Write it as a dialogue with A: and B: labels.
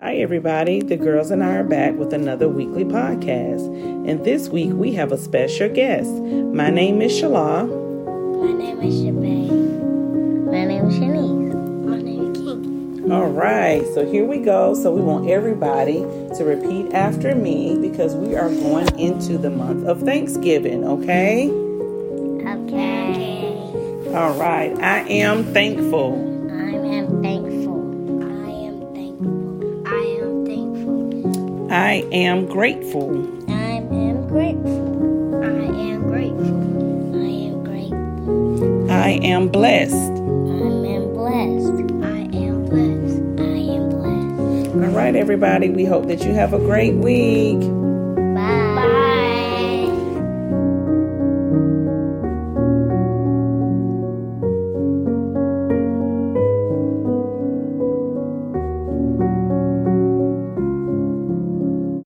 A: Hi, everybody. The girls and I are back with another weekly podcast. And this week we have a special guest. My name is Shala.
B: My name is Shabay. My name is Shanice. My name is King.
A: All right, so here we go. So we want everybody to repeat after me because we are going into the month of Thanksgiving, okay?
B: Okay.
A: All right, I am thankful.
B: I am thankful. I am thankful. I am thankful.
A: I am grateful.
B: I am grateful. I am grateful. I am grateful.
A: I am blessed.
B: I am blessed. I am blessed. I am blessed.
A: All right, everybody, we hope that you have a great week.
B: Bye.